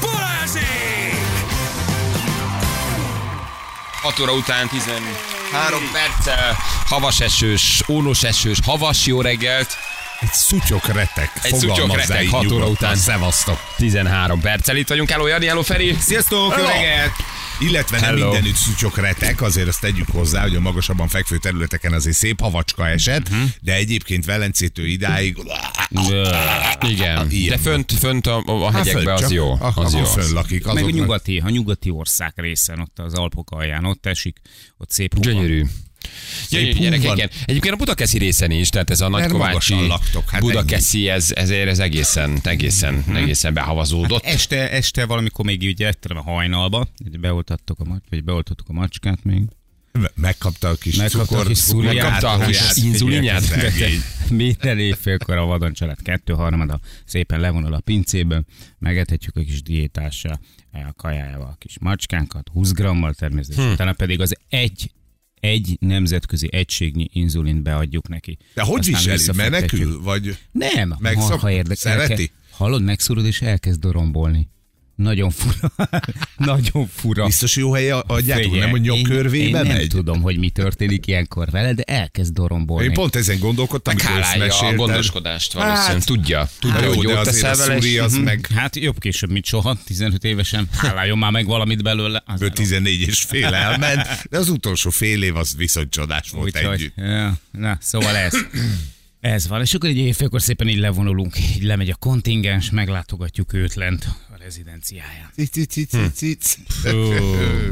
Balázsék! 6 óra után 13 perccel havas esős, ónos esős, havas jó reggelt. Egy szutyok retek. Egy szutyok retek 6 óra után. Szevasztok. 13 perccel itt vagyunk. Hello Jani, hello Feri. Sziasztok, Hello. öreget! Illetve nem Hello. mindenütt szutyok retek, azért azt tegyük hozzá, hogy a magasabban fekvő területeken azért szép havacska esett, Mhm. de egyébként Velencétől idáig Igen. De Ah, Ilyen Hát fönt, fönt a, a hegyekbe fönt az csak, Ah, jó. a- Az a- jó. a fönn lakik. Meg a azoknak- nyugati, a nyugati ország részen, ott az Alpok alján, ott esik, ott szép hova. Gyönyörű. Gyönyörű hú gyerekek, van. igen. Egyébként a Budakeszi részen is, tehát ez a nagykovácsi magasan laktok, hát Mhm. Budakeszi, ez, ezért ez egészen, egészen, egészen Hát behavazódott. Este, este valamikor még így ettem a hajnalba, így beoltattuk a, mac- vagy beoltottuk a macskát még. Megkapta a kis Megkapta a cukor. kis szúriát. Megkapta a kis átlóját, inzulinját. Hát, figyelj, szegény. Minden évfélkor a vadon család kettő-harmada szépen levonul a pincéből, megetetjük a kis diétással, eh, a kajájával a kis macskánkat, 20 grammal Hm. természetesen, utána pedig az egy egy nemzetközi egységnyi inzulint beadjuk neki. De hogy Aztán viseli? visszafektetjük. Menekül? Vagy Nem, Megszok- ha érdek, szereti? elke- Hallod, megszúrod és elkezd dorombolni. Nagyon fura. Nagyon fura. biztos jó helye adjátok? Figyelj, Nem, hogy én, nyomkörvébe én nem megy? tudom, hogy mi történik ilyenkor vele, de elkezd dorombolni. Én pont ezen gondolkodtam, amikor ezt Kálálja a mesélted. Hát- gondoskodást valószínűleg. Tudja, tudja, jó, hogy de jót azért teszel a vele. és- szúri az Mhm. meg Hát jobb később, mint soha, 15 évesen. Háláljon már meg valamit belőle. Az Ő 14 és fél elment, de az utolsó fél év az viszont csodás volt Úgyhogy, együtt. ja, Na, szóval ez. Ez van, és akkor egy évfélkor szépen így levonulunk, így lemegy a kontingens, meglátogatjuk őt lent a rezidenciáján. Cic, cic, cic, cic, cic. Ó,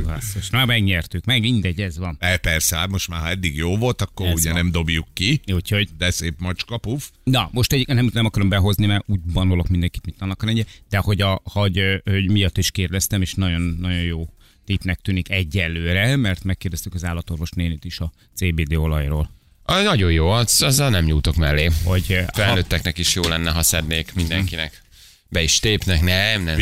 basszus, na megnyertük, meg mindegy, ez van. E, Persze, hát most már ha eddig jó volt, akkor Ez ugye van. nem dobjuk ki. Úgyhogy, De szép macska, puf. na, most egy, nem, nem akarom behozni, mert úgy banolok mindenkit, mint annak lenni, de hogy a hogy, ö, hogy miatt is kérdeztem, és nagyon-nagyon jó tipnek tűnik egyelőre, mert megkérdeztük az állatorvos nénit is a CBD olajról. Ah, Nagyon jó, az, azzal nem nyújtok mellé. Hogy ö, ha, Felnőtteknek is jó lenne, ha szednék mindenkinek. Be is tépnek, nem, nem.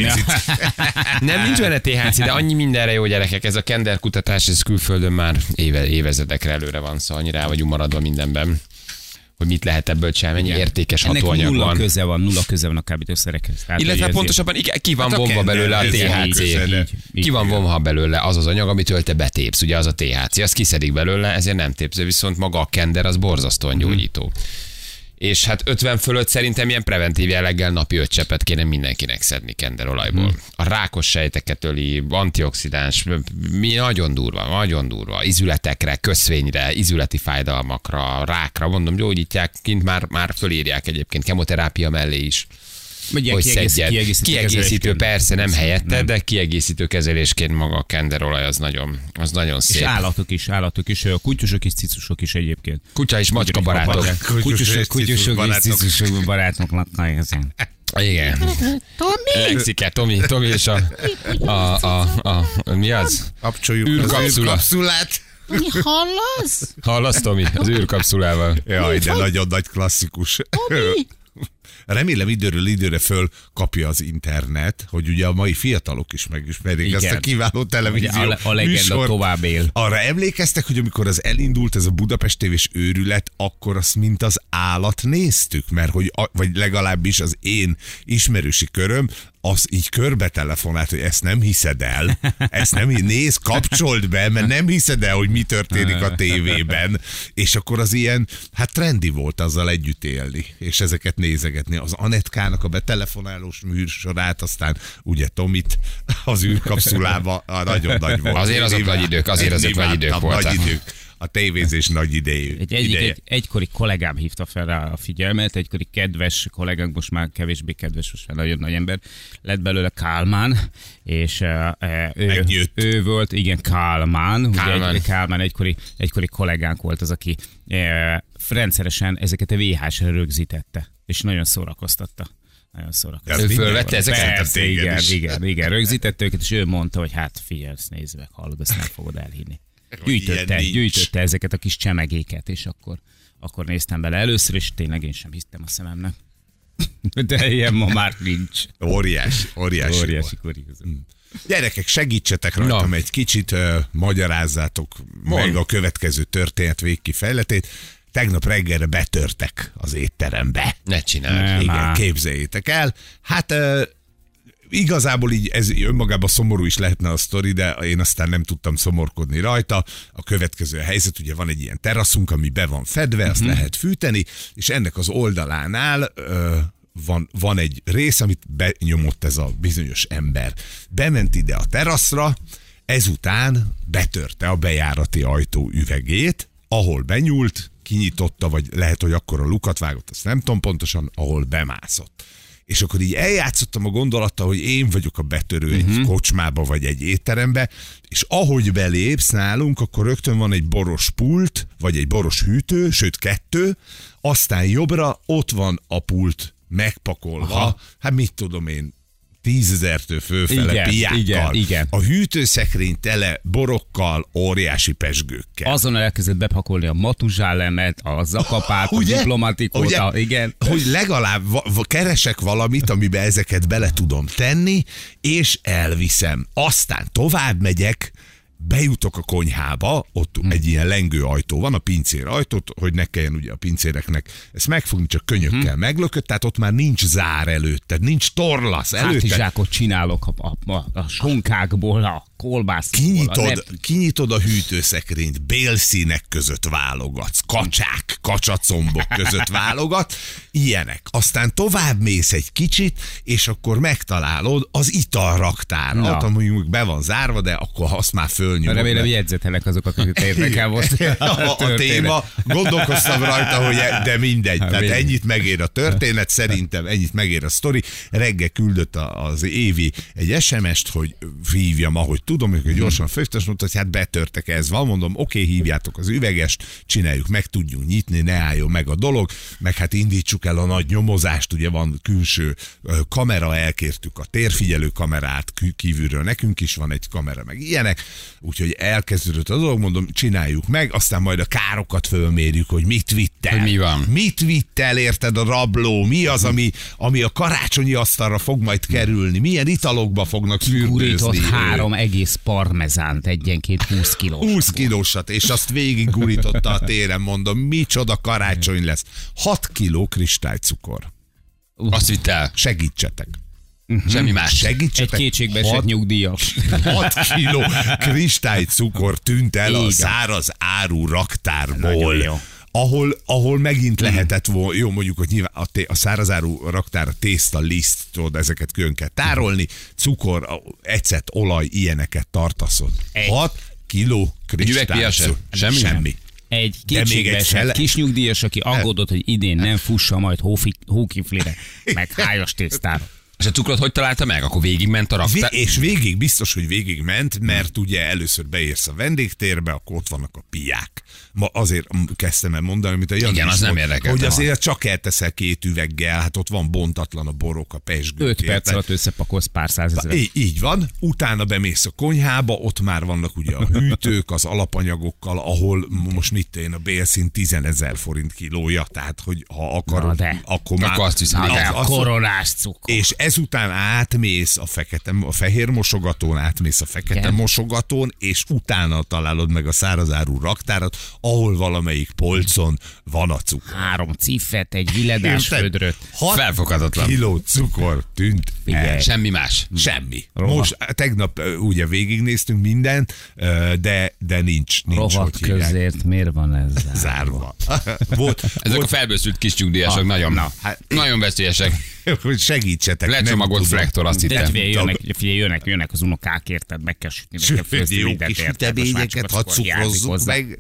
Nem, nem nincs benne THC, de annyi mindenre jó gyerekek. Ez a kender kutatás, ez külföldön már éve, évezredekre előre van, szóval annyira el vagyunk maradva mindenben hogy mit lehet ebből csinálni, mennyi értékes ennek hatóanyag nulla van. köze van, nulla köze van a kábítószerekhez. Tehát, hogy Illetve ezért- pontosabban igen, ki van Hát a vonva kender, belőle a ez így, THC. így, így, így, Ki van igen. vonva belőle az az anyag, amitől te betépsz, ugye az a THC, azt kiszedik belőle, ezért nem tépző, viszont maga a kender az borzasztóan Mhm. gyógyító. És hát 50 fölött szerintem ilyen preventív jelleggel napi 5 cseppet kéne mindenkinek szedni kenderolajból. Mhm. A rákos sejteket öli, antioxidáns, mi nagyon durva, nagyon durva. Izületekre, köszvényre, izületi fájdalmakra, rákra, mondom, gyógyítják, kint már, már fölírják egyébként kemoterápia mellé is Vagy ilyen hogy kiegész- szedjed. Kiegészítő, kezelésként. persze, nem helyette, nem. de kiegészítő kezelésként maga a kenderolaj az nagyon, az nagyon És szép. állatok is, állatok is, ö, kutyusok és cicusok is egyébként. Kutya és macska barátok. Kutyusok, Kutyusok, kutyusok és barátok. cicusok barátok laknak ezen. Igen. Tomi. Lexike, Tomi, Tomi és a, a, a, a, a mi az? Kapcsoljuk az Űrkapszula. űrkapszulát. Mi hallasz? Hallasz, Tomi? Az űrkapszulával. Jaj, de nagyon nagy klasszikus. Remélem időről időre föl kapja az internet, hogy ugye a mai fiatalok is megismerik Igen. ezt a kiváló Ugye televízió a, le- a legenda műsort. tovább él. Arra emlékeztek, hogy amikor az elindult ez a Budapest tévés őrület, akkor azt mint az állat néztük, mert hogy, a- vagy legalábbis az én ismerősi köröm, az így körbe telefonált, hogy ezt nem hiszed el, ezt nem hi- néz, kapcsold be, mert nem hiszed el, hogy mi történik a tévében. És akkor az ilyen, hát trendi volt azzal együtt élni, és ezeket nézegetni. Az Anetkának a betelefonálós műsorát, aztán ugye Tomit az űrkapszulába, a nagyon nagy volt. Azért azok Imádtam, nagy idők, azért azok nagy idők imádtam, voltak. Nagy idők. A tévézés nagy idejű. Egy, egy, ideje. egy, egykori kollégám hívta fel rá a figyelmet, egykori kedves kollégánk, most már kevésbé kedves, most már nagyon nagy ember, lett belőle Kálmán, és eh, eh, ő, Megnyőtt. ő volt, igen, Kálmán, Kálmán. Kálmán. Egy, Kálmán egykori, egykori kollégánk volt az, aki eh, rendszeresen ezeket a VHS-re rögzítette, és nagyon szórakoztatta. Nagyon szórakoztatta. Ez Ő minden fölvette van. ezeket? Persze, Persze, téged igen, is. igen, igen, rögzített őket, és ő mondta, hogy hát figyelj, ezt nézd meg, hallod, ezt nem fogod elhinni. gyűjtötte, ilyen nincs. gyűjtötte ezeket a kis csemegéket, és akkor, akkor néztem bele először, és tényleg én sem hittem a szememnek. De ilyen ma már nincs. Óriási, óriási. Óriási óriási. kuriózum. Gyerekek, segítsetek rajtam Na. Na. egy kicsit, ö, magyarázzátok Mond. meg a következő történet végkifejletét. Tegnap reggelre betörtek az étterembe. Ne csináld. Nem. Igen, Á. képzeljétek el. Hát ö, igazából így ez önmagában szomorú is lehetne a sztori, de én aztán nem tudtam szomorkodni rajta. A következő helyzet, ugye van egy ilyen teraszunk, ami be van fedve, azt lehet fűteni, és ennek az oldalánál ö, van, van egy rész, amit benyomott ez a bizonyos ember. Bement ide a teraszra, ezután betörte a bejárati ajtó üvegét, ahol benyúlt, kinyitotta, vagy lehet, hogy akkor a lukat vágott, azt nem tudom pontosan, ahol bemászott. És akkor így eljátszottam a gondolattal, hogy én vagyok a betörő egy Mhm. kocsmába, vagy egy étterembe, és ahogy belépsz nálunk, akkor rögtön van egy boros pult, vagy egy boros hűtő, sőt kettő, aztán jobbra ott van a pult megpakolva, Aha. hát mit tudom én, tízezertől fölfele Igen, piákkal. igen, igen. A hűtőszekrény tele borokkal, óriási pesgőkkel. Azonnal elkezdett bepakolni a matuzsálemet, a zakapát, a Ugye? diplomatikót, Ugye? a- igen. hogy legalább va- va- keresek valamit, amiben ezeket bele tudom tenni, és elviszem. Aztán tovább megyek, bejutok a konyhába, ott Hm. egy ilyen lengőajtó van, a pincér ajtót, hogy ne kelljen ugye a pincéreknek ezt megfogni, csak Hm. könyökkel meglökött, tehát ott már nincs zár előtted, nincs torlasz Hát előtted. Hátizsákot csinálok a, a, a, a sonkákból, a kolbászból. a Kinyitod, nep- kinyitod a hűtőszekrényt, bélszínek között válogatsz, kacsák, kacsacombok között válogat, ilyenek. Aztán tovább mész egy kicsit, és akkor megtalálod az italraktárat, Na. ami mondjuk be van zárva, de akkor azt már fölnyomod. Remélem, mert- hogy jegyzetelek azok, akiket érdekel volt. a, a téma, gondolkoztam rajta, hogy e- de mindegy. Hát Tehát mindegy. ennyit megér a történet, szerintem ennyit megér a sztori. Reggel küldött a- az Évi egy SMS-t, hogy hívjam, ahogy tudom, hogy gyorsan főztes, mondta, hogy hát betörtek ez van, mondom, oké, hívjátok az üvegest, csináljuk meg, tudjunk nyitni, ne álljon meg a dolog, meg hát indítsuk el a nagy nyomozást, ugye van külső ö, kamera, elkértük a térfigyelő kamerát, kü- kívülről nekünk is van egy kamera, meg ilyenek, úgyhogy elkezdődött a dolog, mondom, csináljuk meg, aztán majd a károkat fölmérjük, hogy mit vitt el. Hogy mi van. Mit vitt el, érted a rabló, mi az, ami, ami a karácsonyi asztalra fog majd kerülni, milyen italokba fognak Gurított fürdőzni. három egész parmezánt egyenként 20 kilós. 20 kilósat, és azt végig gurította a téren, mondom, micsoda karácsony lesz. 6 kiló kristálycukor. Azt vitt el. Segítsetek. Semmi más. Egy Segítsetek. kétségbeesett Hat- nyugdíjas. 6 kiló kristálycukor tűnt el Így a van. száraz áru Nagyon raktárból. jó. Ahol, ahol megint lehetett volna, jó mondjuk, hogy nyilván a, té- a szárazáru raktár, a tészta, liszt, tudod, ezeket külön kell tárolni, cukor, a- ecet, olaj, ilyeneket tartaszod. 6 kiló üvegpia se? kristálycukor. Semmi? Semmi. Egy még egy kétségbeesett fele- kis nyugdíjas, aki aggódott, hogy idén nem fussa majd hófi- hókiflire, meg hájas tésztára. És a cukrot hogy találta meg? Akkor végigment a Vi- raktár. és végig, biztos, hogy végig ment, mert ugye először beérsz a vendégtérbe, akkor ott vannak a piák. Ma azért m- kezdtem el mondani, amit a Jani Igen, is az nem mond, érdekel, Hogy te azért csak elteszel két üveggel, hát ott van bontatlan a borok, a pesgők. 5 perc érted? alatt összepakolsz pár százezeret. Így, így van, utána bemész a konyhába, ott már vannak ugye a hűtők, az alapanyagokkal, ahol most mit én a bélszín 10 ezer forint kilója, tehát hogy ha Na akarod, de. akkor már... Akkor azt hát hiszem, Na, igen. de Az- a az- koronás cukor. és ezután átmész a fekete, a fehér mosogatón, átmész a fekete Igen. mosogatón, és utána találod meg a szárazárú raktárat, ahol valamelyik polcon van a cukor. Három cifet, egy viledás Érted? födröt. Hat Felfoghatatlan. kiló cukor tűnt el. Semmi más. Semmi. Most tegnap ö, ugye végignéztünk mindent, ö, de, de nincs, nincs Rovat hogy hívják. közért miért van ezzel? Zárva. Volt, Ezek a felbőszült kis nyugdíjasok nagyon, na, hát- nagyon veszélyesek. hogy segítsetek. nem Lecsomagolt tudom. flektor, azt De hittem. figyelj, jönnek, figyelj, jönnek, jönnek az unokák, érted? Meg kell sütni, meg kell Sőt, főzni jó mindent, kis érted? Most már csak üteményeket, ha akkor hiányzik cukrozzuk hozzá. meg.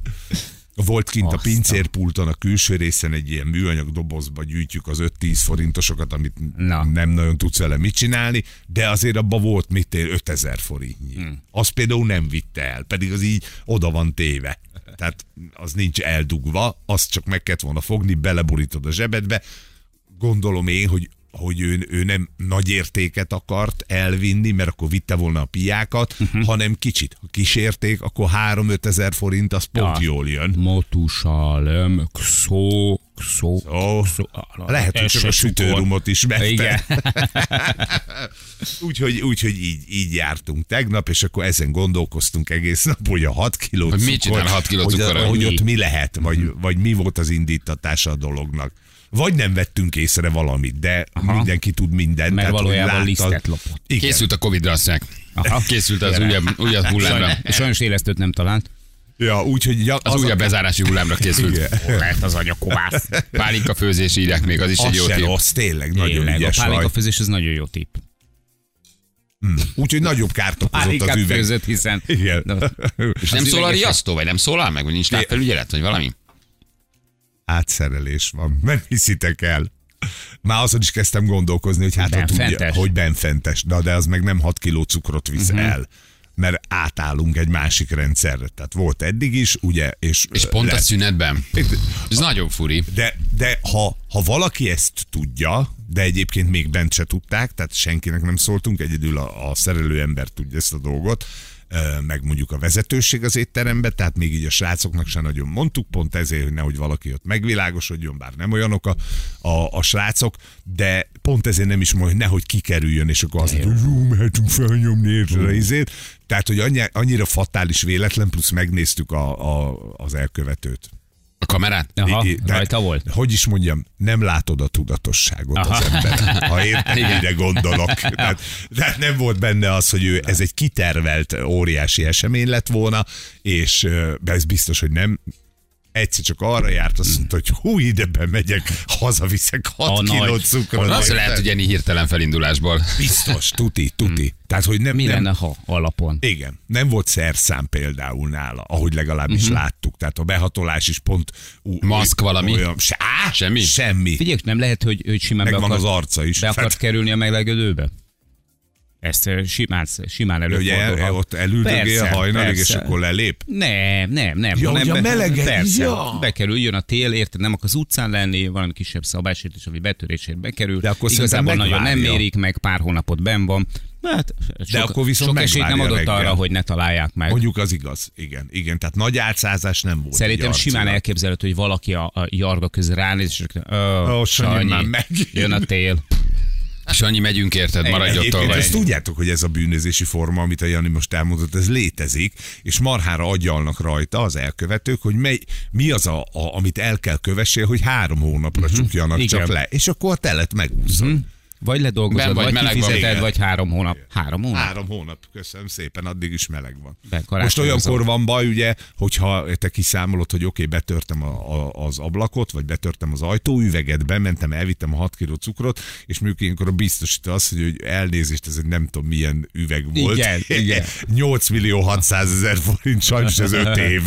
Volt kint a Aztán. pincérpulton a külső részen egy ilyen műanyag dobozba gyűjtjük az 5-10 forintosokat, amit Na. Na. nem nagyon tudsz vele mit csinálni, de azért abba volt mit ér 5000 forintnyi. Hmm. Azt például nem vitte el, pedig az így oda van téve. Tehát az nincs eldugva, azt csak meg kellett volna fogni, beleborítod a zsebedbe. Gondolom én, hogy hogy ő, ő nem nagy értéket akart elvinni, mert akkor vitte volna a piákat, uh-huh. hanem kicsit. Ha kísérték, akkor 3-5 ezer forint, az pont Ja. jól jön. Motusalem, xó, xó, Ó, xó. lehet, hogy Ez csak se a cukor. sütőrumot is Igen. megte. Úgyhogy úgy, hogy így, így jártunk tegnap, és akkor ezen gondolkoztunk egész nap, hogy a 6 kiló Hogy mit cukor, csinál 6 kiló hogy, cukorral? hogy Mi? ott mi lehet, vagy, vagy mi volt az indítatása a dolognak. Vagy nem vettünk észre valamit, de Aha. mindenki tud mindent. Mert hogy valójában láttad- lisztet lopott. Igen. Készült a Covid-ra a sznek. Aha. Készült az újabb, újabb hullámra. Sajnos- Sajnos élesztőt nem talált. Ja, úgyhogy ja, Az, újabb bezárási hullámra készült. Igen. Lehet az anyakovász. Pálinka főzés írják még, az is egy az jó se tipp. rossz, tényleg nagyon Tényleg, ügyes a pálinka vagy. főzés az nagyon jó tipp. Úgyhogy nagyobb kárt okozott Pálinkát az üveg. főzött, hiszen... Igen. Na, És nem Az szól a üveges- riasztó, vagy nem szólal meg, vagy nincs lábfelügyelet, vagy valami? átszerelés van. Nem hiszitek el. Már azon is kezdtem gondolkozni, hogy hát ha tudja, Benfentes. hogy benfentes. Na, de az meg nem 6 kiló cukrot visz uh-huh. el mert átállunk egy másik rendszerre. Tehát volt eddig is, ugye, és... És pont a szünetben. Ez nagyon furi. De, de ha, ha valaki ezt tudja, de egyébként még bent se tudták, tehát senkinek nem szóltunk, egyedül a, a szerelő ember tudja ezt a dolgot, ö, meg mondjuk a vezetőség az étterembe, tehát még így a srácoknak se nagyon mondtuk, pont ezért, hogy nehogy valaki ott megvilágosodjon, bár nem olyanok a, a, a srácok, de pont ezért nem is mondja, hogy nehogy kikerüljön, és akkor azt mondja, hogy jó, mehetünk felnyomni érte a izét. Tehát, hogy annyi, annyira fatális véletlen, plusz megnéztük a, a, az elkövetőt. A kamerát? Aha, I- i- de- Ah, rajta volt. Hogy is mondjam, nem látod a tudatosságot Aha. az emberen, ha érted, mire gondolok. Tehát, tehát nem volt benne az, hogy ő, ez egy kitervelt óriási esemény lett volna, és ö, de ez biztos, hogy nem. Egyszer csak arra járt, azt mondta, hogy hú, ide bemegyek, hazaviszek 6 A nagy- kilót cukrot. Az Érted? lehet, hogy ennyi hirtelen felindulásból. Biztos, tuti, tuti. Tehát, hogy nem, Hmm. Mi nem, lenne, ha alapon? igen, nem volt szerszám például nála, ahogy legalábbis Mhm. uh-huh. láttuk. Tehát a behatolás is pont... ú- Maszk valami? Olyan, se, á, Semmi? Semmi. Figyelj, nem lehet, hogy, hogy simán be Megvan akart, az arca is. be akart Tehát, kerülni a meglegedőbe? Ezt ö, simán, simán Ugye el, előfordulhat. el, ott elüldögél Persze, hajnalig, és persze. akkor lelép. Nem, nem, nem. Ja, hanem hogy a be- melege- Persze, ja. bekerül, jön a tél, érted, nem akarsz utcán lenni, valami kisebb szabálysértés, vagy betörésért bekerül. De akkor Igazából szerintem nagyon nem megvárja. mérik meg, pár hónapot ben van. Hát, sok, akkor viszont sok esélyt nem megvárja adott reggel. arra, hogy ne találják meg. Mondjuk az igaz. Igen, igen. Tehát nagy átszázás nem volt. Szerintem így simán arcilag. elképzelhető, hogy valaki a, a jarga közé ránéz, és csak, ö, Ó, Sanyi, Sanyi, már megint. jön a tél. Sanyi, megyünk érted, maradj ott, ahol Egyébként vagy. ezt tudjátok, hogy ez a bűnözési forma, amit a Jani most elmondott, ez létezik, és marhára agyalnak rajta az elkövetők, hogy mely, mi az, a, a, amit el kell kövessél, hogy három hónapra uh-huh. csukjanak Igen. Mhm. Igen. Mhm. csak le, és akkor a telet megúszod. Uh-huh. Vagy ledolgozod, Ben vagy, vagy, vagy meleg van. kifizeted, Igen. Hát. vagy három hónap. Három hónap? Három hónap, köszönöm szépen, addig is meleg van. Be- karácsony Most az olyankor van baj, ugye, hogyha te kiszámolod, hogy oké, okay, betörtem a, a, az ablakot, vagy betörtem az ajtóüveget, bementem, ilyentem, elvittem a 6 kiló cukrot, és mondjuk ilyenkor a biztosító az, hogy, hogy elnézést, ez egy nem tudom milyen üveg volt. Igen, igen. 8 millió 600 ezer forint, sajnos ez 5 év.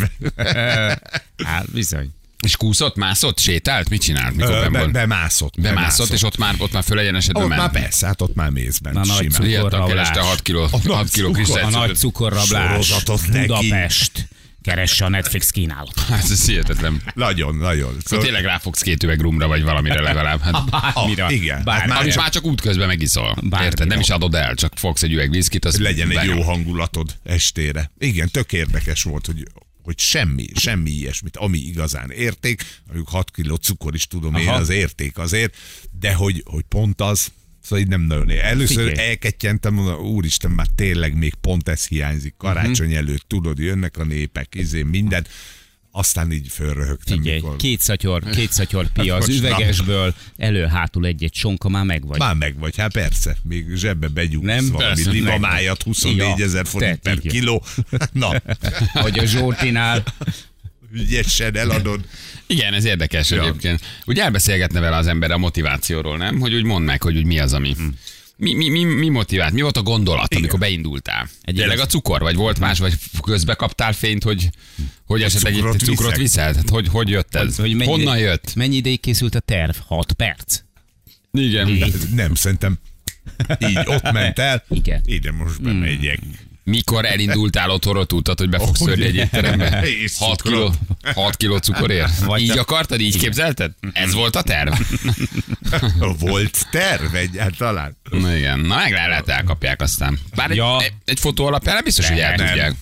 Hát bizony. És kúszott, mászott, sétált? Mit csinált, mikor Ö, ben Be, volt? bemászott. Bemászott, és ott már, ott már fölegyenesedve ott ment. már persze, hát ott már mézben. Na, nagy simán. cucc. Riadtak el Cukorrablás. este 6 kiló, nagy 6 kiló cukor- A kristálycukrot. nagy cukorrablás. Sorozatot neki. Budapest. Keresse a Netflix kínálatot. Hát ez hihetetlen. Nagyon, nagyon. Szóval tényleg ráfogsz két üveg rumra, vagy valamire legalább. Hát, Bármira. Ah, igen. Hát Bármira. amit már csak útközben megiszol. Bármire. Érted? Nem is adod el, csak fogsz egy üveg viszkit, az hogy legyen egy benyom. jó hangulatod estére. Igen, tök érdekes volt, hogy hogy semmi, semmi ilyesmit, ami igazán érték, mondjuk 6 kiló cukor is tudom én, Aha. az érték azért, de hogy, hogy pont az, Szóval így nem nagyon ér. Először Figyelj. elkettyentem, mondom, úristen, már tényleg még pont ez hiányzik. Karácsony Mhm. előtt, tudod, jönnek a népek, izé, minden. Aztán így fölröhögtem, Figyelj, mikor... két szatyor, két szatyor Hát pia az Most na. üvegesből, elő-hátul egy-egy sonka, már megvagy. Már meg vagy, hát persze, még zsebbe begyújtsz Nem? valami Persze, limamájat, 24 ezer Ja, forint te, per igen. kiló. Na, Hogy a Zsoltinál. ügyesen eladod. Igen, ez érdekes ja. egyébként. Úgy elbeszélgetne vele az ember a motivációról, nem? Hogy úgy mondd meg, hogy úgy mi az, ami... Mi, mi, mi, mi motivált? Mi volt a gondolat, Igen. amikor beindultál? Egy Tényleg a cukor? Vagy volt más? Vagy közbe kaptál fényt, hogy, hogy esetleg cukrot itt cukrot viszek? viszel? Hát Hogy, hogy jött ez? Hogy, hogy Honnan ideig- jött? Mennyi ideig készült a terv? 6 perc? Igen. Nem, szerintem így ott ment el. Igen. Hmm. Ide most bemegyek. Mikor elindultál otthonról, tudtad, hogy be fogsz Ugye. szörni egy étterembe? És 6 cukrot. kiló, 6 kiló cukorért. Vagy így te- akartad, így képzelted? Ez volt a terv? Volt terv hát egyáltalán? Na igen, na meg lehet elkapják aztán. Bár egy, Ja. egy, egy fotó alapján nem biztos, hogy el Lehet. tudják.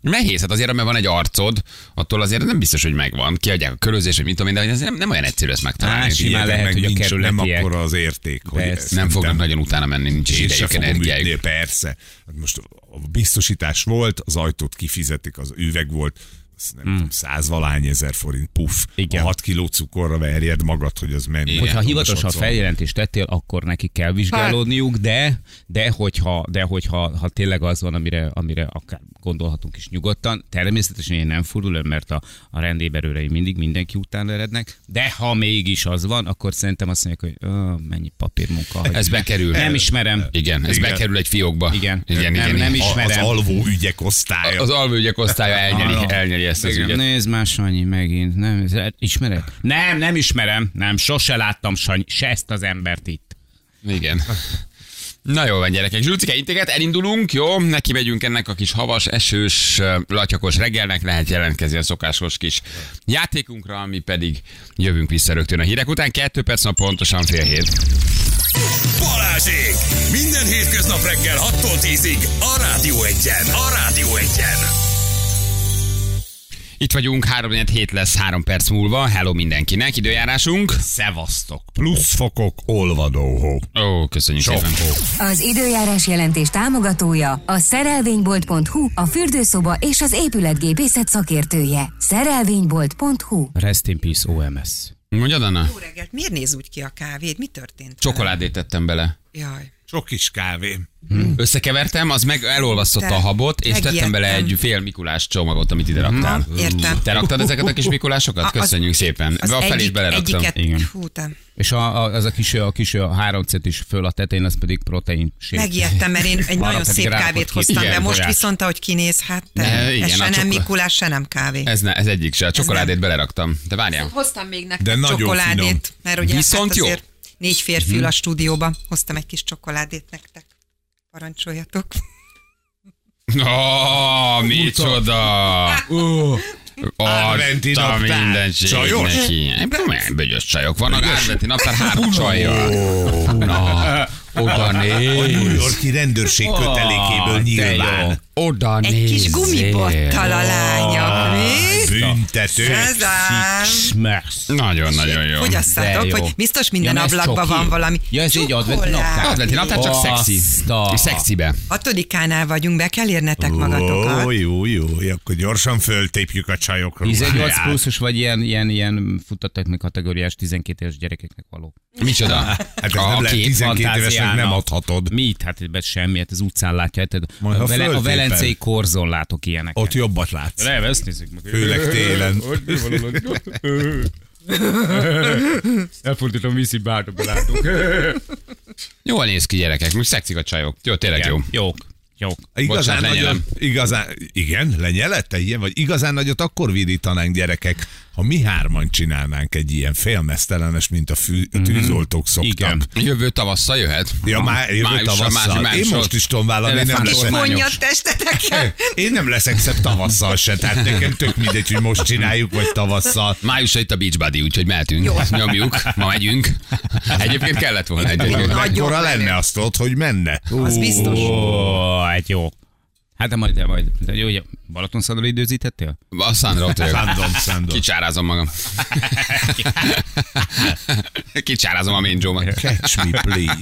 Nehéz, hát azért, mert van egy arcod, attól azért nem biztos, hogy megvan. Kiadják a körözés, hogy mit tudom én, de hogy ez nem, nem olyan egyszerű ezt megtalálni. Hát, És simán Ilyenek lehet, meg hogy a nincs, Nem kerületiek. akkora az érték, hogy Persze. ezt nem fognak nagyon utána menni, nincs is Én se idejük, fogom ütni, energiájuk. persze. Hát Most a biztosítás volt, az ajtót kifizetik, az üveg volt, azt nem tudom, százvalány ezer forint, puff, Hmm. Igen. a hat kiló cukorra verjed magad, hogy az menjen. Igen, Hogyha Tudom, hivatalosan socol. feljelentést tettél, akkor neki kell vizsgálódniuk, de, de hogyha, de hogyha ha tényleg az van, amire, amire akár gondolhatunk is nyugodtan, természetesen én nem fordulom, mert a, a rendéberőrei mindig mindenki után erednek, de ha mégis az van, akkor szerintem azt mondják, hogy "Ö, mennyi papírmunka. hogy- Ez bekerül. Nem ismerem. Igen, ez Igen. bekerül egy fiókba. Igen. igen, Nem- igen. igen. nem is- A- Az Ismerem. alvó ügyek osztálya. Az alvőgyek osztálya elnyeli, Ah, elnyeli ezt az Igen, ügyet. nézd már, Sanyi, megint. Nem, ez- hát, ismered? Nem, nem ismerem. Nem, sose láttam, Sanyi, se ezt az embert itt. Igen. Na jó van, gyerekek. Zsülcike integet, elindulunk, jó? Neki megyünk ennek a kis havas, esős, ö, latyakos reggelnek. Lehet jelentkezni a szokásos kis játékunkra, ami pedig jövünk vissza rögtön a hírek után. Kettő perc van pontosan fél hét. Balázsék! Minden hétköznap reggel 6-tól 10-ig a Rádió Egyen. A Rádió Egyen. Itt vagyunk, 3 hét lesz, három perc múlva. Hello mindenkinek, időjárásunk. Szevasztok. Plusz fokok, olvadó hó. Ó, köszönjük Sok szépen. hó. Az időjárás jelentés támogatója a szerelvénybolt.hu, a fürdőszoba és az épületgépészet szakértője. Szerelvénybolt.hu Rest in peace, OMS. Mondjad, Anna? Jó reggelt, miért néz úgy ki a kávéd? Mi történt? Csokoládét tettem bele. Jaj. Sok kis kávé. Összekevertem, az meg elolvasztotta a habot, és tettem Megijedtem. bele egy fél Mikulás csomagot, amit ide raktál. Értem. Te raktad ezeket a kis Mikulásokat? A- az- Köszönjük szépen. Az a felét egyik- beleraktam. Egyiket, Igen. Igen. hú, te, És a, a, az a kis, a kis a három centis föl a tetején, az pedig protein. shake. megijedtem, mert én egy Arra nagyon pedig szép rárakott kávét ki- hoztam, Igen, de most tojás. viszont, ahogy kinéz, hát te, Ne, ez igen, a E- se nem csokol- Mikulás, se nem kávé. Ez, ne, ez egyik se. A csokoládét beleraktam. De várjál. Hoztam még De nektek nagyon csokoládét, finom. mert ugye Viszont hát jó. azért négy férfi ül a stúdióba, hoztam egy kis csokoládét nektek. Parancsoljatok. Ó, micsoda! Adventi Adta naptár. mindenség Csajos? neki. Nem, Bögyös csajok vannak. Adventi naptár három csajjal. Na, oda A New néz. Yorki rendőrség kötelékéből nyilván. Oda Egy kis gumibottal a lánya. Mi? Büntető. Szezám! Smash. Nagyon-nagyon jó. Fogyasszátok, De jó. hogy biztos minden Ja, ez ablakban csoki. van valami. Ja, ez így adventi Csokoládé. naptár. Adventi naptár csak szexi. Baszta. És szexibe. Hatodikánál vagyunk, be kell érnetek magatokat. Ó, jó, jó, jó, akkor gyorsan föltépjük a csajokra. 18 Várjál. pluszos, vagy ilyen, ilyen, ilyen futtattak még kategóriás 12 éves gyerekeknek való. Micsoda? Hát ez nem lehet 12 évesnek nem fantáziának. adhatod. Mit? Hát ebben semmi, hát az utcán látja. Hát Majd, ha a, vele, a föltépen. velencei korzon látok ilyeneket. Ott jobbat látsz. Nem, ezt nézzük meg. Főleg télen. Elfordítom, viszi bárba látunk. Jól néz ki gyerekek, most szexik a csajok. Jó, tényleg jó. Jók. Jók. Igazán Bocsánat, lenyelem. nagyon, igazán, igen, lenyelett te ilyen, vagy igazán nagyot akkor vidítanánk gyerekek, ha mi hárman csinálnánk egy ilyen félmeztelenes, mint a, fű, Mhm. a tűzoltók szoktak. Igen. Jövő tavasszal jöhet? Ja, már jövő Májusra, tavasszal. május- Én májusra. most is tudom vállalni, én nem Elefántos leszek. kormányok. Mondja testeteken. Én nem leszek szebb tavasszal se, tehát nekem tök mindegy, hogy most csináljuk, vagy tavasszal. Májusra itt a Beachbody, úgyhogy mehetünk. Jó. Nyomjuk, ma megyünk. Egyébként kellett volna egyébként. Mekkora lenne azt ott, hogy menne? Az biztos. Ó, hát jó. Hát de majd, de majd. De jó, hogy Balatonszadra időzítettél? A Sandra ott vagyok. Szándom, szándom. Kicsárázom magam. Kicsárázom a ménzsómat. Catch me, please.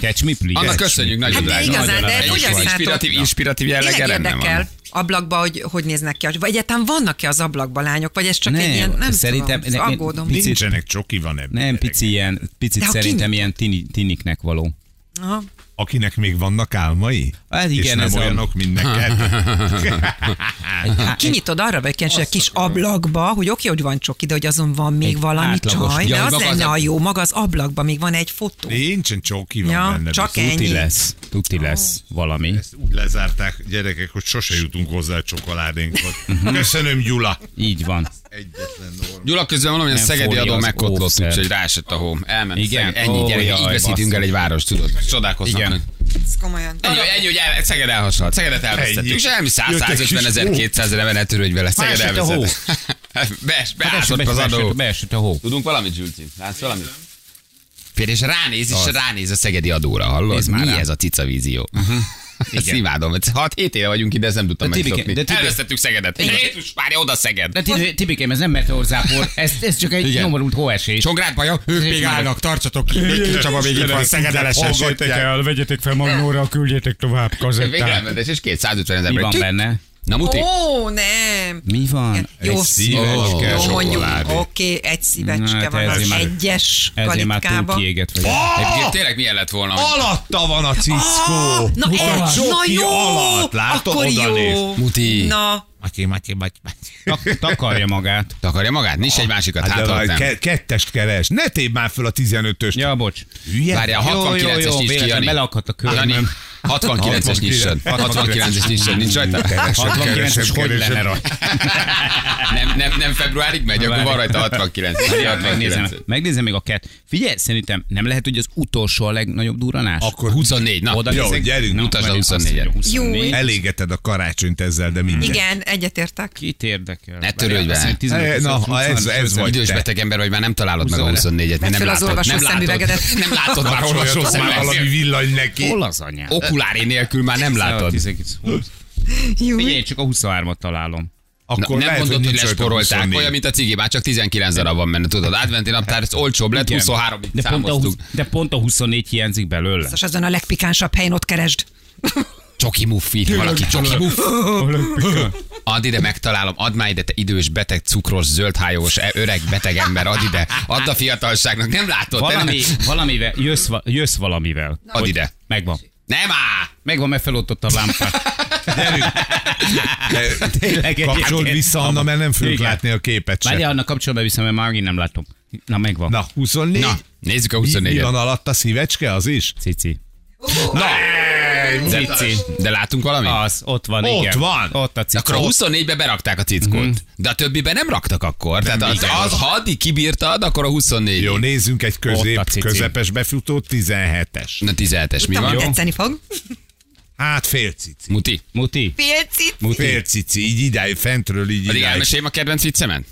Catch me please. Anna, köszönjük, nagyon Hát de drága. igazán, Nagyon de drága. fogyasszátok. Inspiratív, inspiratív jelleggel Tényleg rendben érdekel van. ablakba, hogy hogy néznek ki, a- vagy egyáltalán vannak-e az ablakba lányok, vagy ez csak egy ilyen, nem szerintem, tudom, ne- ne- aggódom. picit- Nincsenek csoki van ebben. Nem, pici ilyen, picit De ha szerintem kint- ilyen tini, tiniknek való. Aha. Akinek még vannak álmai? Hát igen, és nem ez a- olyanok, mint neked. Kinyitod arra, vagy kell egy kis ablakba, hogy oké, hogy van csoki, de hogy azon van még Egy valami átlagos- csaj, Ja, de az maga az lenne a- a jó, maga az ablakban még van egy fotó. Nincsen csoki van Ja, benne. csak biztos. ennyi. Tuti lesz, tuti lesz valami. Ezt úgy lezárták gyerekek, hogy sose jutunk hozzá a csokoládénkhoz. Köszönöm, Gyula. Így van. Egyetlen Gyula közben valamilyen Nem szegedi fólia adó az megkotlott, óvszer. úgyhogy rásett a hó. Elment. Igen. Szeged. Ennyi Ó, gyerek, jaj, így veszítünk basszus. el egy város, tudod. Csodálkoznak. Igen. hogy- Ez komolyan. Ennyi, hogy- ennyi, hogy el, Szeged elhasalt. Szegedet elvesztettük. Ennyi. Semmi 100, Jött egy 150 ezer, kis hó. 200 ezer nem eltörő, hogy vele Szeged Beesett a hó. elvesztett. Be, Beesett, beásott az adó. beesett, beesett a hó. Tudunk valamit, Zsülci? Látsz valamit? Fér, és ránéz, és ránéz a szegedi adóra, hallod? Nézd már Mi rá. ez a cica vízió? Ezt imádom. 6-7 éve vagyunk ide, ezt nem tudtam De Tibi- megszokni. de Tibi- Elvesztettük Szegedet. Jézus már oda Szeged. De Tibi- Tibikém, ez nem meteorzápor, ez, ez csak egy Igen. nyomorult hóesés. Csongrád baja, ők még állnak, tartsatok ki, még kicsaba még itt van, Szegeden Hallgatják esett. el, vegyetek fel magnóra, küldjétek tovább Végelmedes, és 250 ezer. Mi van Tük. benne? Na muti? Ó, nem. Mi van? Jó, Egy szívecske jó mondjuk. csokoládé. Oké, egy Na, szívecske hát van ezért az már- egyes Ezért már túl kalitkába. kiégett vagy. Egyébként tényleg milyen lett volna, hogy Alatta van a cickó. Na, a egy, na csoki jó, alatt, látod, akkor oda néz. jó. Muti. Na, Matyi, Matyi, Matyi, Matyi. Tak- Takarja magát. takarja magát? Nincs egy másikat, Hát de hát ha várj, nem. ke- kettest keres. Ne tépd már föl a 15-öst. Ja, bocs. Hülye? Várjál, Jó, jó, 69-es jó, nyisd ki, véletlen, Jani. beleakadt a körmöm. Jani, 69-es nyissad. 69-es nyissad, nincs rajta? Keresem, 69-es keresem, hogy keresem. lenne rajta? Nem, nem, nem februárig megy, akkor van rajta 69. Jani, Megnézem, 69. megnézem még a kett. Figyelj, szerintem nem lehet, hogy az utolsó a legnagyobb durranás? Akkor 24, na. Oda Jó, nézek. gyerünk, Na, mutasd a várj, azt 24-et. mondja, 24. Elégeted a karácsonyt ezzel, de mindegy. igen, egyetértek. Kit érdekel? Ne törődj vele. Eh, na, ha ez, ez vagy Idős te. beteg ember vagy, már nem találod meg a 24-et, mert nem Vedd fel az látod. olvasó Nem látod, szemüvegedet. nem látod már Hol olvasó az ott már valami szemüveget. villany neki. Hol az anyám? Okulári nélkül már nem látod. Jó. Figyelj, csak a 23-at találom. Na, Akkor nem lehet, hogy mondod, hogy nincs rajta lesporolták, 24. olyan, mint a cigi, már csak 19 darab van benne, tudod, adventi naptár, ez olcsóbb lett, Igen. 23 de pont, a, számoztuk. 20 de pont a 24 hiányzik belőle. Biztos azon a legpikánsabb helyen ott keresd. Csoki muffi, valaki csoki muffi. Add ide, megtalálom, add már ide, te idős, beteg, cukros, zöldhájós, e- öreg, beteg ember, add ide, add a fiatalságnak, nem látod, te Valami, nem... valamivel, jössz, va- jössz valamivel. Add Hogy- ide. Megvan. Nem á! Megvan, mert felottad a lámpát. Tényleg egy Kapcsold ilyen- vissza, Anna, mert nem fogjuk Igen. látni a képet Várjál, sem. annak kapcsolatban vissza, mert már megint nem látom. Na, megvan. Na, 24. Na, nézzük a Mi- Mi 24-et. van alatt a szívecske, az is? Cici. Na! Cici. De látunk valamit? Az, ott van, Ott igen. van. Ott a De cici. akkor a 24-be berakták a Mhm. cickót, de a többibe nem raktak akkor. Tehát az, az, ha addig kibírtad, akkor a 24. Jó, nézzünk egy Ott a közép, cici. közepes befutó, 17-es. Na 17-es, mi Tudtam, hogy van? tetszeni fog. Hát fél cici. Muti. Muti? Félcit. Fél cici, így idáig, fentről így Addig idáig. elmeséljem a kedvenc viccemen?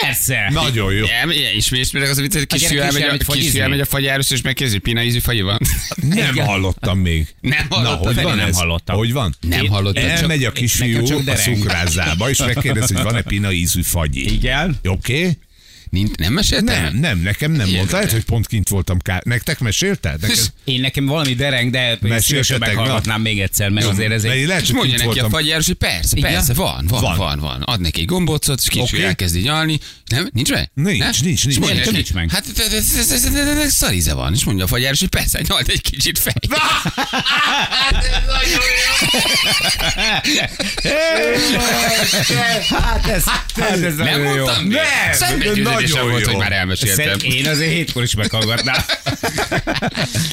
Persze! Nagyon jó. Nem, ismét meg az a viccet, hogy A kisfiú elmegy gyerek kisfiú a, elmegy kisfiú fagyizni. elmegy a fagyárus, és megkérdezi, hogy pina ízű fagyi van. Nem hallottam még. Nem Na, hallottad? hogy van nem ez? hallottam. Hogy van? Nem hallottad, csak- Elmegy a nekem kisfiú csak a dereng. szukrázába, és megkérdez, hogy van-e pina ízű fagyi. Igen? Oké? Okay? Nincs, nem meséltem? Nem, nem, nekem nem Ilyen mondta. Lehet, hogy pont kint voltam. Ká... Nektek mesélted? Neked... Én nekem valami dereng, de szívesen sértetek, meghallgatnám még egyszer, mert azért ez egy... Mert lehet, És hogy mondja kint neki a voltam. fagyjáros, hogy persze, persze, van, van, van, Van. van, Ad neki egy gombócot, és kicsi Oké. elkezdi nyalni. Nem, nincs meg? Nincs, nem? nincs, nincs. És mondja Miért? neki, Nincs meg. Hát ez- ez- ez- ez- ez- ez szaríze van. És mondja a fagyjáros, hogy persze, nyald egy kicsit fej. Hát ez, hát ez Nem mondtam? miért? Szembegyőződésem nagyon volt, jó. hogy már elmeséltem. Szerint én azért hétkor is meghallgatnám.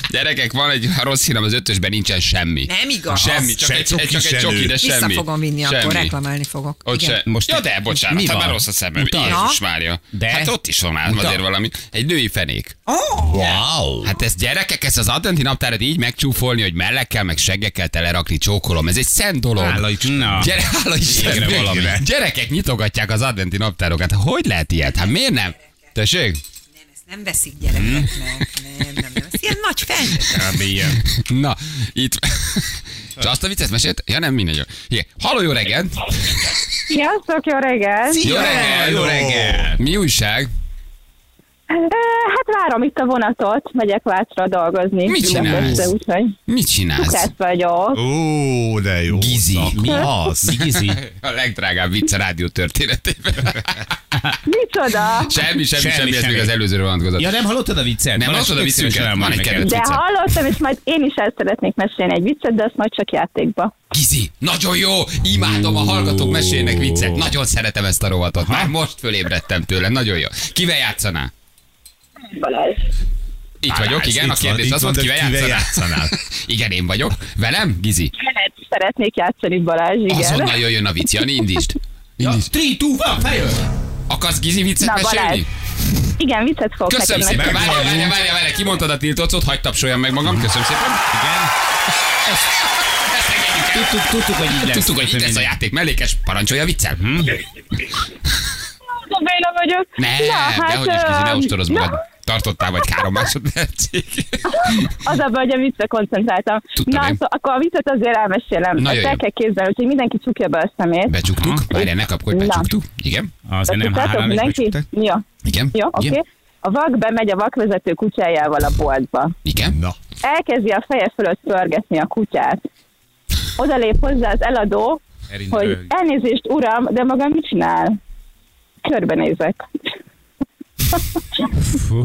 Gyerekek, van egy rossz hírem, az ötösben nincsen semmi. Nem igaz. Semmi, csak se egy, cuki, egy, csak se egy csoki, lő. de semmi. Vissza fogom vinni, semmi. akkor reklamálni fogok. Ott Igen. se. Most ja, de bocsánat, mi hát van? már rossz a szemem. Utal? Jézus Mária. De? Hát ott is van már azért valami. Egy női fenék. Ó, Wow! Hát ez gyerekek, ez az adventi naptárat így megcsúfolni, hogy mellekkel, meg seggekkel telerakni, csókolom. Ez egy szent dolog. Hála Isten. Na. Gyere, hála Istennek. Végre valami. Gyerekek nyitogatják az adventi naptárokat. Hát Hogy lehet ilyet? Hát miért nem? Tessék? nem, ezt nem veszik gyerekeknek. Nem, nem, nem. Ez ilyen nagy felnőtt. Ilyen. Na, itt... És azt a viccet mesélt? Ja nem, mindegy. Igen. Halló, jó reggelt! Sziasztok, jó reggelt! Jó reggelt! Jó reggelt! Mi újság? Eh, Hát várom itt a vonatot, megyek Vácra dolgozni. Mit Budapestre, csinálsz? Úgyhogy Mit csinálsz? kukás vagyok. Ó, de jó. Gizi. Akkor Mi? az? Gizi. A legdrágább vicc a rádió történetében. Micsoda! semmi, semmi, semmi, Semmi, semmi, ez még semmi. az előzőre vonatkozott. Ja, nem hallottad a viccet? Nem Balázs, hallottad a tök viccünket? szívesen elmondom Van egy neked. kedvenc. De Vicce. hallottam, és majd én is el szeretnék mesélni egy viccet, de azt majd csak játékba. Gizi, nagyon jó! Imádom, a hallgatók mesélnek viccet. Nagyon szeretem ezt a rovatot. Már most fölébredtem tőle. Nagyon jó. Kivel játszanál? Balázs. Itt vagyok, igen, a itt van, kérdés itt az van, volt, de kivel kivel játszanál? igen, én vagyok. Velem? Gizi. Lehet, szeretnék játszani, Balázs, igen. Azonnal jöjjön a vicc, Jani, indítsd. Indítsd. 3, 2, 1, fejön! Akarsz Gizi viccet Na, mesélni? Balázs. Igen, viccet fogok Köszönöm neked szépen, mesélni. várjál, várjál, várjál, várjál, kimondtad a tiltott szót, hagyd tapsoljam meg magam, köszönöm szépen. Igen. Tudtuk, tudtuk, hogy így lesz. Hát Tudtuk, hogy itt lesz a játék mellékes, parancsolja viccel. Hm? Tudom, Béla vagyok. Ne, Na, de hogy is kizi, ne öm, ostorozz na, magad. Tartottál vagy három másodpercig. Az a baj, hogy a viccre koncentráltam. Tudtam Na, én. szó, akkor a viccet azért elmesélem. Nagyon Ezt el jó. kell képzelni, úgyhogy mindenki csukja be a szemét. Becsuktuk. Várjál, ne kapkodj, Na. becsuktuk. Igen. Azért nem Becsuktátok három, és mindenki? becsuktak. Jó, Igen. jó, oké. Igen. A vak bemegy a vakvezető kutyájával a boltba. Igen. Na, Elkezdi a feje fölött pörgetni a kutyát. Oda lép hozzá az eladó, Erint hogy röhög. elnézést, uram, de maga mit csinál? Körbenézek. Azt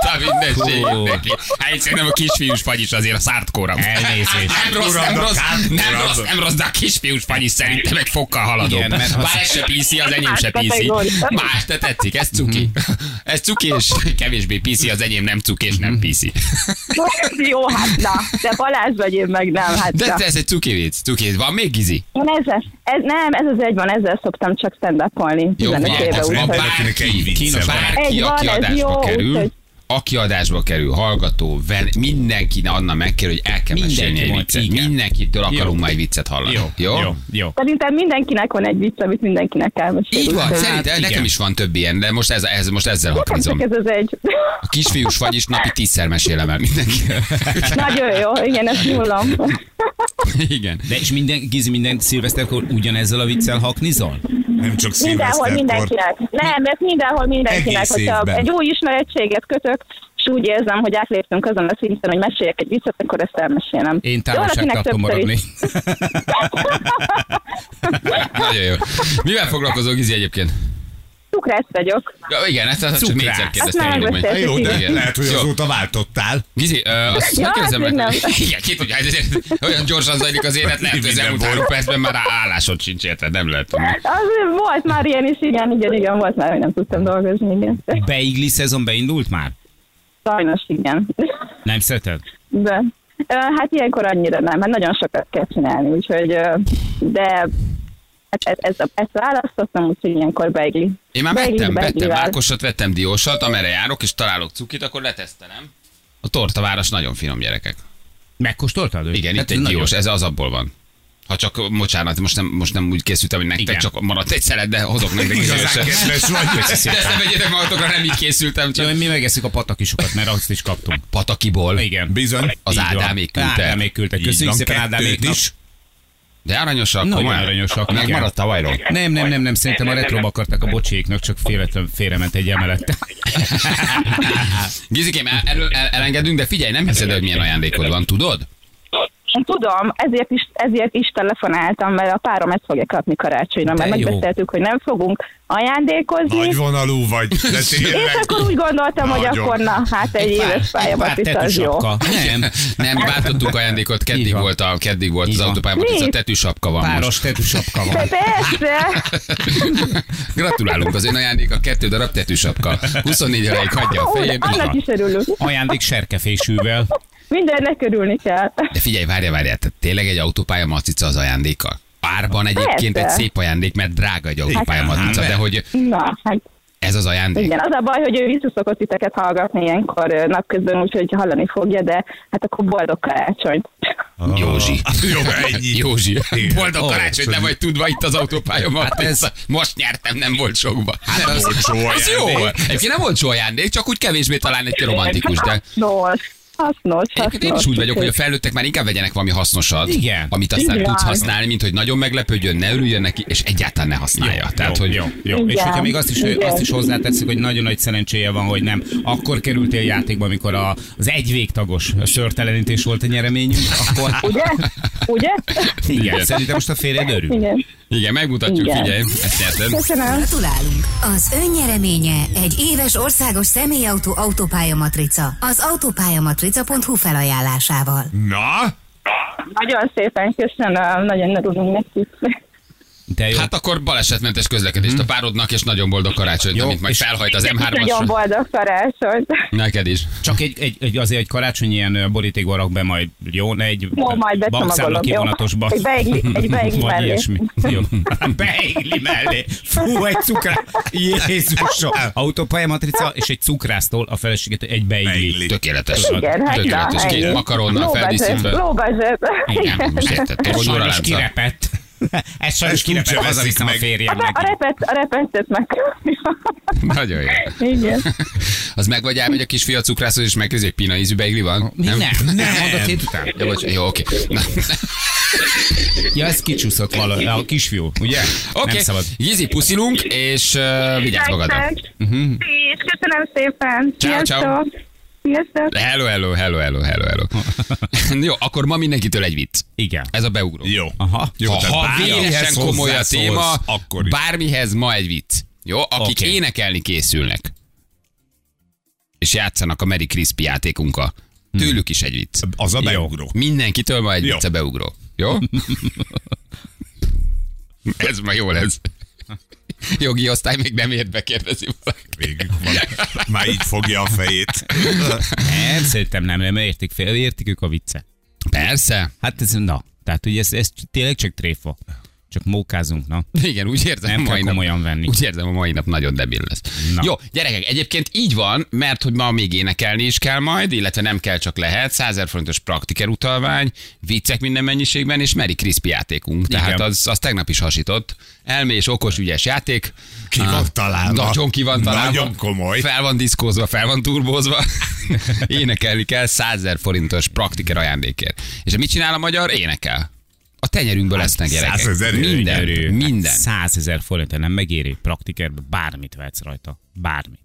a mindenség Hú. neki. Hát szerintem a kisfiús fagy is azért a szárt kóra. Elnézést. Nem rossz, nem rossz, nem rossz, nem rossz, de a kisfiús fagy is szerintem egy fokkal haladó. Igen, mert ha- Bár ez se PC, az enyém se PC. Más, te tetszik, ez cuki. Mhm. Ez cuki és kevésbé PC, az enyém nem cuki és Mhm. nem PC. Jó, hát na, de Balázs vagy én meg nem. Hát De na. ez egy cuki vicc, cuki vicc. Van még Gizi? Én ezzel, ez, nem, ez az egy van, ezzel szoktam csak stand-upolni. Jó, van, 15 éve, van úgyhogy Mindenkinek egy bárki, vicce kínos, van. bárki, Egy van, aki ez adásba jó, kerül, úgyhogy- aki adásba kerül, hallgató, ven, mindenki, na, Anna meg kell, hogy el kell Mindenki mesélni egy majd, viccet. igen. Mindenkitől akarunk Jó. majd viccet hallani. Jó, jó, jó. szerintem mindenkinek van egy vicc, amit mindenkinek elmesél. Így van, Úgyhogy- szerintem igen. nekem is van több ilyen, de most, ez, ez, most ezzel Nekem haknizom. csak ez az egy. A kisfiús vagy is napi tízszer mesélem el mindenki. Nagyon jó, igen, ezt nyúlom. Igen. De és minden, Gizi, minden szilveszterkor ugyanezzel a viccel haknizol? nem csak Mindenhol szilveszterkor. mindenkinek. Nem, ez mindenhol mindenkinek. Egész Hogyha évben. egy új ismerettséget kötök, és úgy érzem, hogy átléptünk azon a szinten, hogy meséljek egy viccet, akkor ezt elmesélem. Én Jó, valakinek távolságtartó többször maradni. is. Nagyon jó. Mivel foglalkozol Gizi egyébként? Cukrász vagyok. Ja, igen, ezt, ezt csak Cukrász. négyszer Azt kérdeztem. már elég meg. Na megbeszéltük. Jó, igen. de Igen. lehet, hogy Jó. azóta váltottál. Gizi, ö, azt Ja, ja, kérdezem hát meg. még nem. Igen, ki tudja, hát ezért olyan gyorsan zajlik az élet, lehet, hogy az Minden elmúlt volt. három percben már állásod sincs, érted? Nem lehet tudni. Az volt már ilyen is, igen, igen, igen, volt már, hogy nem tudtam dolgozni, igen. Beigli szezon beindult már? Sajnos igen. Nem szereted? De, ö, hát ilyenkor annyira nem, mert nagyon sokat kell csinálni, úgyhogy, ö, de hát ez, ez, a- ezt választottam, úgyhogy ilyenkor beigli. Én már Beigli, vettem, vettem beiglivel. Ákosat, vettem Diósat, amerre járok, és találok cukit, akkor letesztelem. A tortaváros nagyon finom gyerekek. Megkóstoltad? őt? Igen, Hát itt egy nagyon- diós, ez az abból van. Ha csak, bocsánat, most nem, most nem úgy készültem, hogy nektek Igen. csak maradt egy szelet, de hozok nektek is Igazán diósat. kedves vagy. De ezt nem vegyétek magatokra, nem így készültem, Jó, csak hogy mi megeszünk a patakisukat, mert azt is kaptunk. patakiból. Igen. Bizony. Az Így van. Ádámék küldte. Ádámék küldte. Így Köszönjük van, szépen kettőt Ádáméknak. is. De aranyosak, Nagyon komolyan. aranyosak, igen. Megmaradt tavalyról. Nem, nem, nem, nem, szerintem a retroba akarták a bocséknak, csak féletlen félrement egy emelettel. Hát Gizikém, el, el, el, elengedünk, de figyelj, nem hiszed, hogy milyen ajándékod van, tudod? Én tudom, ezért is, ezért is telefonáltam, mert a párom ezt fogja kapni karácsonyra, mert De jó. megbeszéltük, hogy nem fogunk ajándékozni, Nagyvonalú vagy. De és tényleg. akkor úgy gondoltam, hogy Nagyon. akkor na, hát egy éves pár pályamat is az jó. tetűsapka. Ah, Nem, Nem, váltottuk ajándékot, Így keddig van. volt, a, keddig volt Így az van. autópályában, ez a Mi? tetűsapka van most. páros tetűsapka van. Persze, Gratulálunk, az ön ajándék a kettő darab tetűsapka. 24 óráig hagyja a Ó, de fejébe. annak is örülünk. Ajándék serkefésűvel. Mindennek örülni kell. De figyelj, várja, várja, tehát tényleg egy autópálya macica az ajándéka? Árban egyébként Persze. Hát egy szép ajándék, mert drága egy autópálya macica, de hogy Na, hát ez az ajándék. igen, az a baj, hogy ő vissza szokott titeket hallgatni ilyenkor ö, napközben, úgyhogy hallani fogja, de hát akkor boldog karácsonyt. Józsi. Jó, ennyi. Józsi. Igen. Boldog Ó, karácsony, szóval- nem vagy tudva itt az autópálya matrica. Most nyertem, nem volt sokba. Hát az, olcsó az jó. ajándék. Egyébként nem olcsó ajándék, csak úgy kevésbé talán egy romantikus, de Nos, hasznos, hasznos. Egyébként én is úgy vagyok, hogy a Úgyhogy- felnőttek már inkább vegyenek valami hasznosat, Igen. amit aztán Igen. tudsz használni, mint hogy nagyon meglepődjön, ne örüljön neki, és egyáltalán ne használja. Tehát, jó, hogy jó, jó. És Igen, hogyha még azt is, igen. azt is hozzátetszik, hogy nagyon nagy szerencséje van, hogy nem akkor kerültél játékba, amikor a, az egy végtagos sörtelenítés volt a nyereményünk, akkor... Ugye? Ugye? Igen, szerintem most a férjed örül. Igen. Igen, megmutatjuk, Igen. figyelj, ezt nyerted. Köszönöm. Gratulálunk! Az önnyereménye egy éves országos személyautó autópályamatrica az autópályamatrica.hu felajánlásával. Na, Nagyon szépen köszönöm, nagyon örülünk neki. De jó. Hát akkor balesetmentes közlekedést a párodnak, és nagyon boldog karácsonyt, Jó, amit majd és- felhajt az M3-asra. Nagyon boldog karácsonyt. Neked is. Csak egy, egy, egy, azért egy karácsony ilyen ö, borítékba rak be majd, jó? Ne egy Jó, majd bankszámla becsomagolom, jó? kivonatosba. Egy beigli- egy beigli Vagy mellé. ilyesmi. Jó. Beigli mellé. Fú, egy cukrá... Jézusom. Autópálya matrica és egy cukrásztól a feleséget egy beigli. Beigli. Tökéletes. Igen, hát Tökéletes. na, Két ennyi. Hát makaronnal Lóbazsöp, feldíszítve. Lóbazsöp. Igen, most érted. Ez Hogy sajnos uralánca. kirepett. Ez sajnos Ezt úgy kirepett, sem hazaviszem a veszik meg. A, férjemnek. a, repet, a repetet megkapja. Nagyon jó. Igen. Az meg vagy elmegy a kisfia cukrászhoz, és megkérdezi, hogy pina ízű beigli van? Mi nem? hát, Nem, mondod hét Jó, után. bocs, jó, oké. Na, Ja, hát, ez kicsúszott valahol. A kisfiú, ugye? Oké, Nem szabad. Gizi, puszilunk, és uh, vigyázz magadra. Uh-huh. Köszönöm szépen. Ciao, ciao. Sziasztok. Sziasztok. Hello, hello, hello, hello, hello, hello. Jó, akkor ma mindenkitől egy vicc. Igen. Ez a beugró. Jó. Aha. Jó, ha tehát ha bármihez véletlen komoly a hozzászólsz, téma, akkor is. bármihez ma egy vicc. Jó? Akik Oké. énekelni készülnek, és játszanak a Merry Crispy játékunkkal, tőlük is egy vicc. Az a Jó. beugró. Mindenkitől ma egy Hmm. Jó. vicce beugró. Jó? ez ma jó lesz. Jogi osztály még nem ért be, kérdezi valaki. Végig van. Már így fogja a fejét. Nem, hát, szerintem nem, nem értik, fél, értik ők a viccet. Persze. Hát ez, na, tehát ugye ez, ez tényleg csak tréfa. Csak mókázunk, na. Igen, úgy érzem, Nem a kell mai nap, komolyan venni. Úgy érzem, a mai nap nagyon debil lesz. Na. Na. Jó, gyerekek, egyébként így van, mert hogy ma még énekelni is kell majd, illetve nem kell, csak lehet. 100 000 forintos praktiker utalvány, viccek minden mennyiségben, és Meri Crispy játékunk. Igen. Tehát az, az tegnap is hasított. Elmés, okos, ügyes játék. Ki van Ah, találva. Nagyon ki van találva. Nagyon komoly. Fel van diszkózva, fel van turbózva. Énekelni kell 100 000 forintos praktiker ajándékért. És mit csinál a magyar? Énekel. A tenyerünkből lesznek gyerekek. százezer Minden, minden. Százezer forint nem megéri praktikerbe, bármit vehetsz rajta. Bármit.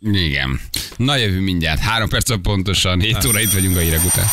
Igen. Na jövő mindjárt. Három perc pontosan, 7 óra itt vagyunk a hírek után.